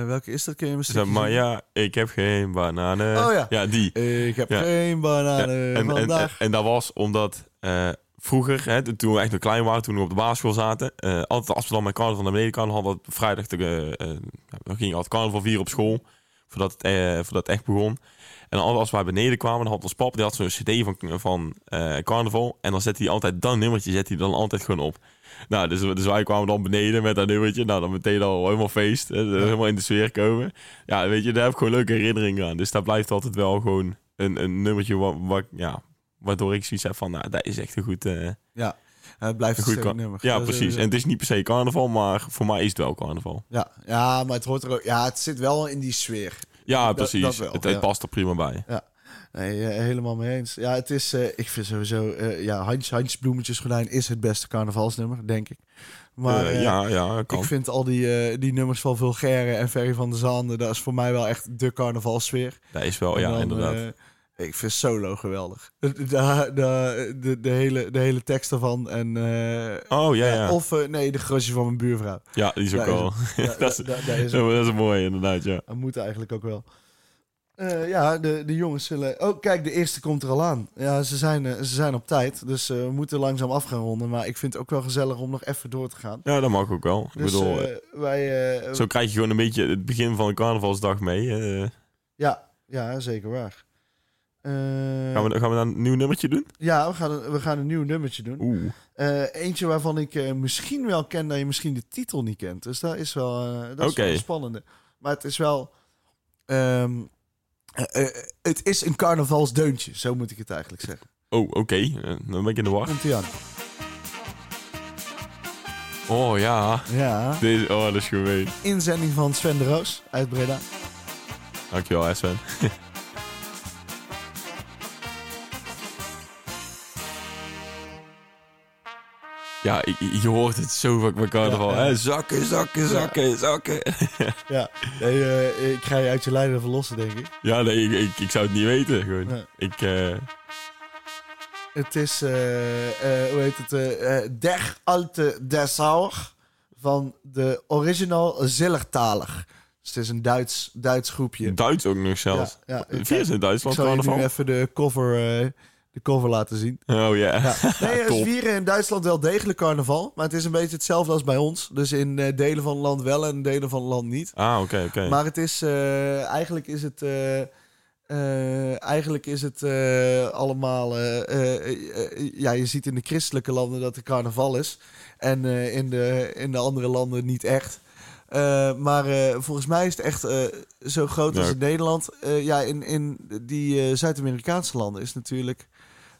D: welke is dat? Kun je me
C: Ze zei,
D: stukje
C: maar
D: zingen?
C: ja, ik heb geen bananen.
D: Oh ja.
C: Ja, die.
D: Ik heb
C: Ja.
D: geen bananen
C: Ja, en, en, en,
D: eh, vandaag.
C: en dat was omdat eh, vroeger, hè, toen- toen we echt nog klein waren, toen we op de basisschool zaten, eh, altijd als we dan met carnaval naar beneden kwamen, hadden we op vrijdag, de, eh, eh, we gingen altijd carnaval vieren op school, voordat het, eh, voordat het echt begon. En altijd als wij beneden kwamen, dan had ons pap, die had zo'n cd van, van eh, carnaval, en dan zette hij altijd dat nummertje, zette hij dan altijd gewoon op. Nou, dus, dus wij kwamen dan beneden met dat nummertje. Nou, dan meteen al helemaal feest. hè, dus Helemaal in de sfeer komen. Ja, weet je, daar heb ik gewoon leuke herinneringen aan. Dus daar blijft altijd wel gewoon een, een nummertje wa- wa- ja, waardoor ik zoiets heb van... Nou, dat is echt een goed, eh,
D: Ja, het blijft
C: een
D: een
C: goed
D: goed
C: car-
D: nummer.
C: Ja,
D: Dat is- eh,
C: precies. En het is niet per se carnaval, maar voor mij is het wel carnaval.
D: Ja, ja, maar het hoort er ook. Ja, het zit wel in die sfeer.
C: Ja,
D: Dat-
C: precies.
D: dat wel,
C: het, het
D: ja.
C: past er prima bij.
D: Nee, eh, helemaal mee eens. Ja, het is. eh, ik vind sowieso. eh ja, Hans, Hans Bloemetjesgordijn is het beste carnavalsnummer, denk ik. Maar
C: Eh,
D: eh,
C: ja, ja, kan.
D: ik vind al die, eh, die nummers van Vulgaire en Ferry van der Zanden. Dat is voor mij wel echt de carnavalsfeer.
C: Dat is wel,
D: En
C: Oh ja,
D: dan,
C: inderdaad.
D: eh, ik vind solo geweldig. Eh, De, de, de, de hele, de hele tekst ervan. En, eh,
C: oh, ja, ja.
D: Of eh, nee, de grosje van mijn buurvrouw.
C: Ja, die is ook
D: daar is
C: wel...
D: Da-
C: Dat is-
D: da- da- daar is
C: Dat is mooi, inderdaad, ja.
D: Dat moet eigenlijk ook wel. Eh, ja, de, de jongens zullen... Oh, kijk, de eerste komt er al aan. Ja, ze zijn, eh, ze zijn op tijd. Dus eh, we moeten langzaam af gaan ronden. Maar ik vind het ook wel gezellig om nog even door te gaan.
C: Ja, dat mag ook wel. Ik
D: Dus
C: bedoel,
D: eh, wij... eh,
C: Zo krijg je gewoon een beetje het begin van een carnavalsdag mee. eh.
D: ja, ja, zeker waar. Eh,
C: gaan, we, gaan we dan een nieuw nummertje doen?
D: Ja, we gaan, een- we gaan een nieuw nummertje doen.
C: Oeh.
D: Eh, eentje waarvan ik eh, misschien wel ken dat je misschien de titel niet kent. Dus dat is wel, eh, dat is
C: Oké.
D: wel een spannende. Maar het is wel... ehm, eh, eh, het is een carnavalsdeuntje, zo moet ik het eigenlijk zeggen.
C: Oh, oké. Eh, dan ben ik in de war.
D: Komt ie aan.
C: Oh ja.
D: Ja.
C: Deze, oh, dat is geween.
D: Inzending van Sven de Roos uit Breda.
C: Dankjewel, hè, Sven. ja, je, je hoort het zo vaak bij carnaval.
D: Ja, ja.
C: hè? Zakken, zakken, zakken, zakken.
D: Ja, nee, eh, ik ga je uit je lijden verlossen, denk ik.
C: ja, nee, ik, ik, ik zou het niet weten. Gewoon.
D: Nee.
C: Ik, eh,
D: Het is, eh, eh, hoe heet het, eh, eh, Der Alte Dessauer van de Original Zillertaler. Dus het is een Duits, Duits groepje.
C: Duits ook nog zelfs.
D: Ja, ja, ik-
C: Vier is in
D: Ik
C: Duitsland
D: zal je
C: carnaval.
D: nu even de cover, eh, de cover laten zien.
C: Oh ja.
D: Nee, eh, ze
C: Top.
D: vieren in Duitsland wel degelijk carnaval. Maar het is een beetje hetzelfde als bij ons. Dus in eh, delen van het land wel en delen van het land niet.
C: Ah, oké, oké.
D: Maar het is eh, eigenlijk is het. eh, eh, eigenlijk is het eh, allemaal. eh, eh, eh, eh, ja, je ziet in de christelijke landen dat er carnaval is. En eh, in, de, in de andere landen niet echt. Eh, maar eh, volgens mij is het echt eh, zo groot als
C: Ja.
D: in Nederland. Eh, ja, in, in die eh, Zuid-Amerikaanse landen is natuurlijk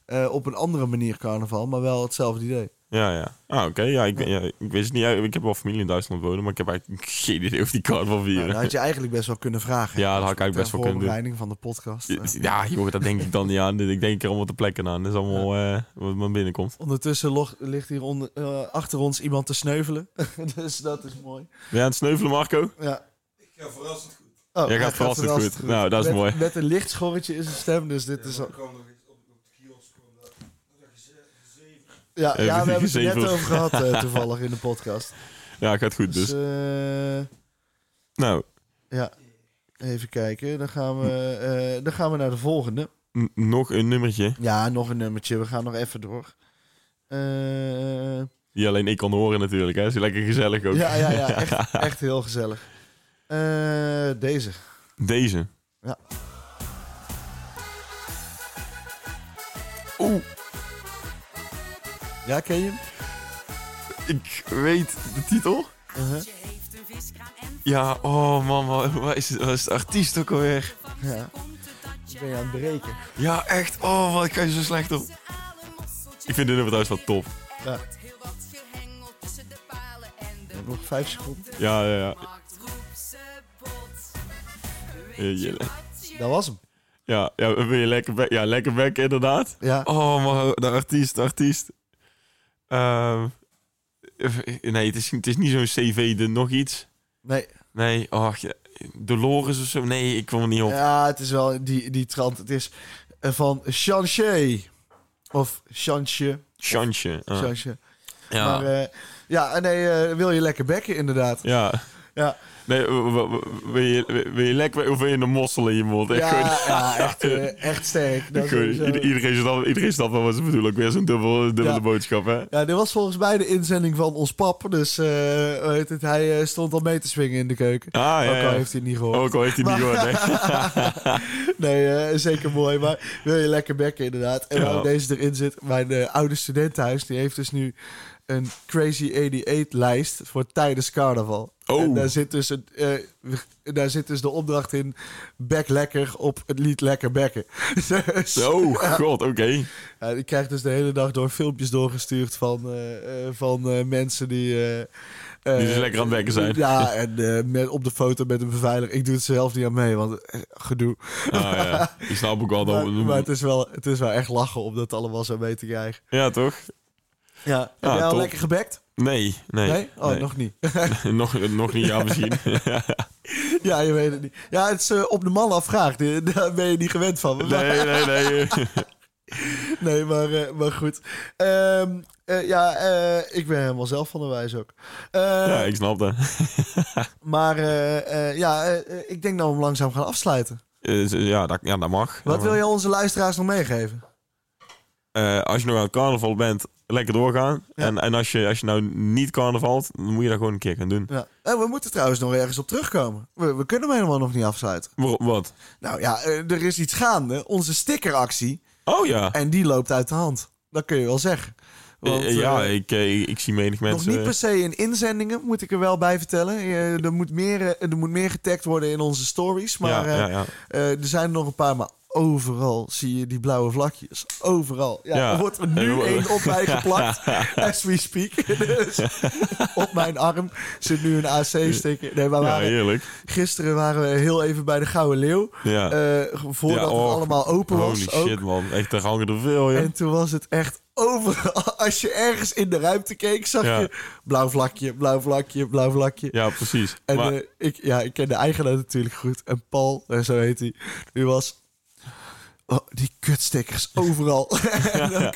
D: eh, op een andere manier carnaval, maar wel hetzelfde idee.
C: Ja, ja. Ah, oké. Ja, ik, ja, ik wist het niet. Ja, Ik heb wel familie in Duitsland wonen, maar ik heb eigenlijk geen idee of die carnaval
D: Nou,
C: vieren.
D: dat had je eigenlijk best wel kunnen vragen.
C: Ja, dat had ik eigenlijk best wel kunnen doen.
D: voorbereiding van de podcast. eh.
C: Ja, joh, dat denk ik dan niet aan. Ik denk er allemaal te plekken aan. Dat is allemaal eh, wat me binnenkomt.
D: Ondertussen log- ligt hier onder, eh, achter ons iemand te sneuvelen. dus dat is mooi.
C: Ben je aan het sneuvelen, Marco?
D: Ja.
F: Ja, verrassend goed.
D: Oh,
C: Jij
D: hij
C: gaat verrassend goed. Nou, dat is
D: met,
C: mooi.
D: Met een licht schorretje in zijn stem, dus dit is... al-
F: Ik kwam nog eens op, op de kiosk. kwam daar- daar dacht ik, ze- zeven.
D: Ja,
C: Even
D: ja we hebben het er
C: gezeven.
D: net over gehad eh, toevallig in de podcast.
C: Ja, gaat goed
D: Dus
C: dus.
D: eh,
C: Nou,
D: ja, even kijken. Dan gaan, we, eh, dan gaan we naar de volgende.
C: n- nog een nummertje
D: Ja, nog een nummertje. We gaan nog even door. Eh,
C: die alleen ik kan horen natuurlijk. Hè. Is lekker gezellig ook.
D: ja, ja, ja. Echt, echt heel gezellig. Eh, deze.
C: Deze.
D: Ja.
C: Oeh,
D: Ja, ken je hem?
C: ik weet de titel.
D: Uh-huh.
C: Ja, oh man, wat- wat is, wat is de artiest ook alweer?
D: Ja. Ben je aan het breken?
C: Ja, echt. Oh, wat kan je zo slecht op. Ik vind dit nummer trouwens wel top.
D: Ja. We hebben nog vijf seconden.
C: Ja, ja, ja. Eh, je-
D: Dat was hem.
C: Ja, ja, wil je lekker bek? Ja, lekker bek inderdaad.
D: Ja.
C: Oh, maar de artiest, de artiest. Ehm, eh, nee, het is, het is niet zo'n CV, de nog iets.
D: Nee.
C: Nee, oh, ja, Dolores of zo. Nee, ik kwam er niet op.
D: Ja, het is wel die, die trant. Het is eh, van Chanché. Of Chansje.
C: Chansje. eh.
D: Chansje.
C: ja.
D: Maar eh, ja, nee, eh, wil je lekker bekken inderdaad.
C: ja.
D: Ja.
C: Nee, w- w- w- wil je, wil je lekker of wil je een mossel in je mond? Echt
D: Ja,
C: goed.
D: ja, echt, eh, echt sterk. Dat
C: Goed, ieder-
D: sowieso.
C: Iedereen snapt iedereen snapt wel wat ze bedoelen. Ook weer zo'n dubbele, dubbele
D: Ja.
C: boodschap, hè?
D: ja, dit was volgens mij de inzending van ons pap. Dus eh, hoe heet het, hij eh, stond al mee te swingen in de keuken.
C: Ah, ja,
D: Ook al
C: ja.
D: heeft hij het niet gehoord.
C: Ook al heeft hij niet gehoord, hè?
D: Nee, eh, zeker mooi. Maar wil je lekker bekken, inderdaad. En
C: Ja.
D: waarom deze erin zit, mijn eh, oude studentenhuis... die heeft dus nu een Crazy 88-lijst voor tijdens carnaval.
C: Oh.
D: En daar zit, dus een, eh, daar zit dus de opdracht in... bek lekker op het lied lekker bekken. Dus,
C: Oh, god, oké.
D: ja, ik krijg dus de hele dag door filmpjes doorgestuurd... van, eh, eh, van eh, mensen die... eh,
C: Die
D: eh,
C: dus lekker aan het bekken zijn.
D: Ja, en eh, met, op de foto met een beveiliger. Ik doe het zelf niet aan mee, want eh, gedoe.
C: Ah, ja. Ik snap ook wel.
D: Maar,
C: Dat...
D: maar het, is wel, het is wel echt lachen om dat allemaal zo mee te krijgen.
C: Ja, toch?
D: Ja, heb
C: Ja,
D: jij al
C: top.
D: lekker gebekt?
C: Nee, nee.
D: Nee? Oh,
C: nee.
D: nog niet.
C: nog, nog niet, ja, misschien.
D: ja, je weet het niet. Ja, het is eh, op de man afvraag. Die- Daar ben je niet gewend van. Maar-
C: nee, nee, nee.
D: Nee, maar, eh, maar goed. Ehm, eh, ja, eh, ik ben helemaal zelf van de wijs ook. Eh,
C: Ja, ik snap dat.
D: Maar eh, eh, ja, eh, eh, ik denk dat we hem langzaam gaan afsluiten.
C: Eh, Ja, dat, ja, dat mag.
D: Wat wil je onze luisteraars nog meegeven?
C: Eh, als je nog aan het carnaval bent, lekker doorgaan. En, en als, je, als je nou niet carnavalt, dan moet je dat gewoon een keer gaan doen.
D: Ja. En we moeten trouwens nog ergens op terugkomen. We, we kunnen hem helemaal nog niet afsluiten.
C: Wa- Wat?
D: Nou ja, eh, er is iets gaande. Onze stickeractie.
C: Oh ja.
D: En die loopt uit de hand. Dat kun je wel zeggen. Want,
C: Eh, ja,
D: eh,
C: ik, eh, ik zie menig
D: nog
C: mensen...
D: niet per se in inzendingen, moet ik er wel bij vertellen. Eh, er, moet meer, eh, er moet meer getagd worden in onze stories. Maar
C: ja,
D: eh,
C: ja, ja.
D: eh, er zijn er nog een paar, maar overal zie je die blauwe vlakjes. Overal. Ja,
C: Ja.
D: Er wordt er nu
C: En we-
D: één op mij geplakt, as we speak. Dus op mijn arm zit nu een AC-sticker. Nee, maar we
C: eh, ja,
D: waren-
C: heerlijk.
D: gisteren waren we heel even bij de Gouden Leeuw.
C: Ja.
D: Eh, voordat
C: Ja, oh,
D: het allemaal open was.
C: Holy
D: ook.
C: shit, man. Echt, daar hangen er veel, joh.
D: En toen was het echt overal. Als je ergens in de ruimte keek, zag
C: Ja.
D: je blauw vlakje, blauw vlakje, blauw vlakje.
C: Ja, precies.
D: En
C: maar,
D: eh, ik, ja, ik ken de eigenaar natuurlijk goed. En Paul, eh, zo heet hij, die was... Oh, die kutstickers overal. en ook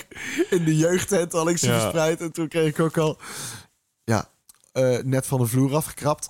D: in de jeugdtent had ik ze
C: Ja.
D: verspreid. En toen kreeg ik ook al... Ja, eh, net van de vloer afgekrapt.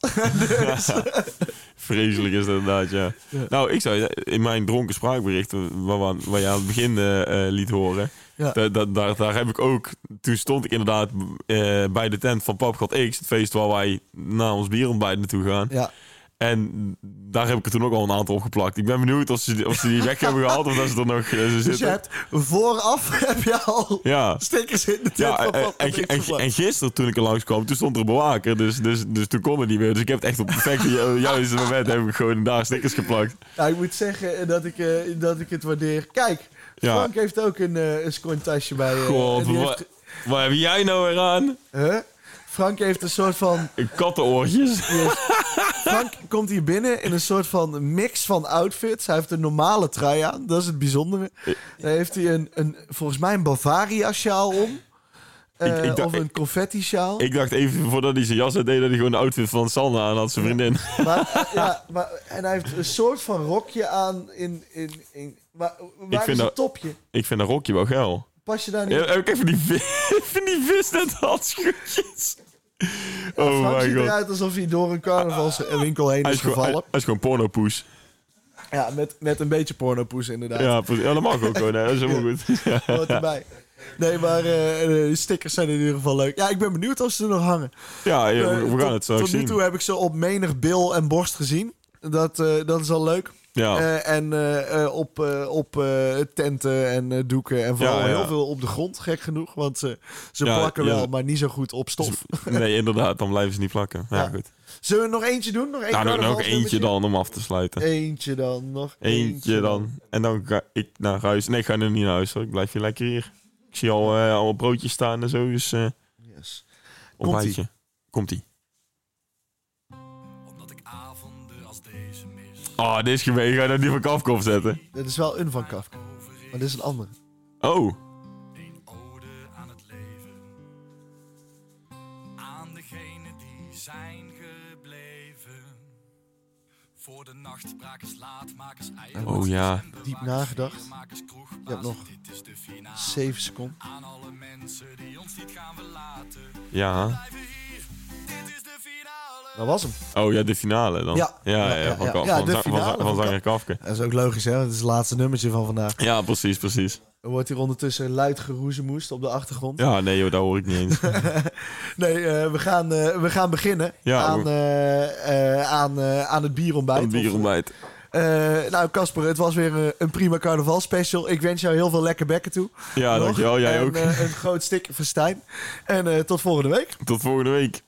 C: Vreselijk is dat inderdaad, ja. Nou, ik zou in mijn dronken spraakbericht, waar, waar, waar je aan het begin eh, eh, liet horen,
D: Ja.
C: da- da- daar, daar heb ik ook, toen stond ik inderdaad eh, bij de tent van Papgat X, het feest waar wij na ons bierontbijt naartoe gaan.
D: ja.
C: En daar heb ik er toen ook al een aantal opgeplakt. Ik ben benieuwd of ze, die- of ze die weg hebben gehaald of dat ze er nog eh, ze
D: Dus je
C: zitten.
D: hebt vooraf heb je al
C: Ja.
D: stickers in de tent.
C: Ja,
D: van
C: en,
D: Paul
C: en,
D: Patrick
C: en,
D: verplakt.
C: en gisteren toen ik er langs kwam, toen stond er een bewaker. Dus, dus, dus toen kon het niet meer. Dus ik heb het echt op het perfecte ju- juiste moment heb ik gewoon daar stickers geplakt.
D: Nou, ik moet zeggen eh, dat ik, eh, dat ik het waardeer. Kijk,
C: Ja.
D: Frank heeft ook een, eh een scointasje bij. eh,
C: God,
D: en die
C: wa-
D: heeft,
C: Wat heb jij nou weer aan?
D: Huh? Frank heeft een soort van...
C: Kattenoortjes.
D: Frank komt hier binnen in een soort van mix van outfits. Hij heeft een normale trui aan, dat is het bijzondere. Dan heeft hij een, een volgens mij een Bavaria-sjaal om. Eh,
C: ik dacht-
D: of een confetti-sjaal.
C: Ik dacht even voordat hij zijn jas uitdeed dat hij gewoon de outfit van Sanne aan had, zijn vriendin.
D: Maar, ja, maar, en hij heeft een soort van rokje aan in... in, in maar waar
C: vind
D: is het
C: dat-
D: topje?
C: Ik vind dat rokje wel geil.
D: Pas je daar niet
C: Ja, heb ik even die, vi- even die vis net handschoentjes. Oh
D: Frank
C: my
D: ziet
C: god. Ah,
D: eruit alsof hij door een carnavalswinkel heen
C: Hij
D: is
C: is, gewoon, hij,
D: gevallen.
C: hij is gewoon pornopoes.
D: Ja, met, met een beetje pornopoes inderdaad.
C: Ja, pre- ja, dat mag ook gewoon. hè. Dat is helemaal goed. Ja.
D: Hoort erbij. Nee, maar eh, eh, stickers zijn in ieder geval leuk. Ja, ik ben benieuwd of ze er nog hangen.
C: Ja, ja,
D: Eh,
C: we, we
D: tot-
C: gaan het straks
D: Tot nu toe
C: zien.
D: heb ik ze op menig bil en borst gezien. Dat, eh, dat is al leuk.
C: Ja.
D: Eh, en eh, eh, op, eh, op eh, tenten en eh, doeken. En vooral
C: Ja, ja.
D: heel veel op de grond, gek genoeg. Want ze, ze
C: Ja,
D: plakken
C: ja.
D: wel, maar niet zo goed op stof.
C: Dus Nee, inderdaad, dan blijven ze niet plakken. Ja,
D: Ja.
C: goed.
D: Zullen we nog eentje doen? Nog één
C: Nou, nog, nog
D: carnavalsnummertje?
C: eentje dan om af te sluiten.
D: Eentje dan, nog
C: Eentje dan. En dan ga ik naar huis. Nee, ik ga nu niet naar huis hoor. Ik blijf hier lekker hier. Ik zie al eh al broodjes staan en zo, dus eh
D: Yes.
C: ontbijtje. Komt-ie.
E: Omdat ik avonden als deze mis.
C: Ah, dit is gemeen. Ik ga dat niet van kafkop zetten.
D: Dit is wel een van Kafka. Maar dit is een andere.
C: Oh.
E: Een ode aan het leven. Aan degenen die zijn gebleven. Voor de nachtbrakers, laatmakers, eieren.
C: Oh ja.
D: Diep nagedacht. Je hebt nog
E: Dit is de finale.
D: 7 seconden.
E: Aan alle mensen die ons niet gaan verlaten.
C: Ja.
E: Blijven hier. Dit is de finale.
D: Dat was hem.
C: Oh ja, de finale dan.
D: Ja.
C: Ja, ja,
D: Ja, ja,
C: van,
D: ja.
C: Ka-
D: Ja,
C: van,
D: de
C: Za- van Za-
D: finale
C: van,
D: van
C: zanger Kafke.
D: Dat is ook logisch, hè? Dat is het laatste nummertje van vandaag.
C: Ja, precies, precies.
D: Er wordt hier ondertussen luid geroezemoest op de achtergrond.
C: Ja, nee joh, dat hoor ik niet eens.
D: Nee, eh, we, gaan, eh, we gaan beginnen
C: Ja,
D: aan,
C: we-
D: eh, eh, aan, eh, aan het bierontbijt.
C: Een bierontbijt.
D: Eh, nou, Casper, het was weer eh, een prima carnavalspecial. Ik wens jou heel veel lekker bekken toe.
C: Ja,
D: Nog.
C: dankjewel. Jij
D: en,
C: ook.
D: eh, een groot stik festijn. En eh, tot volgende week.
C: Tot volgende week.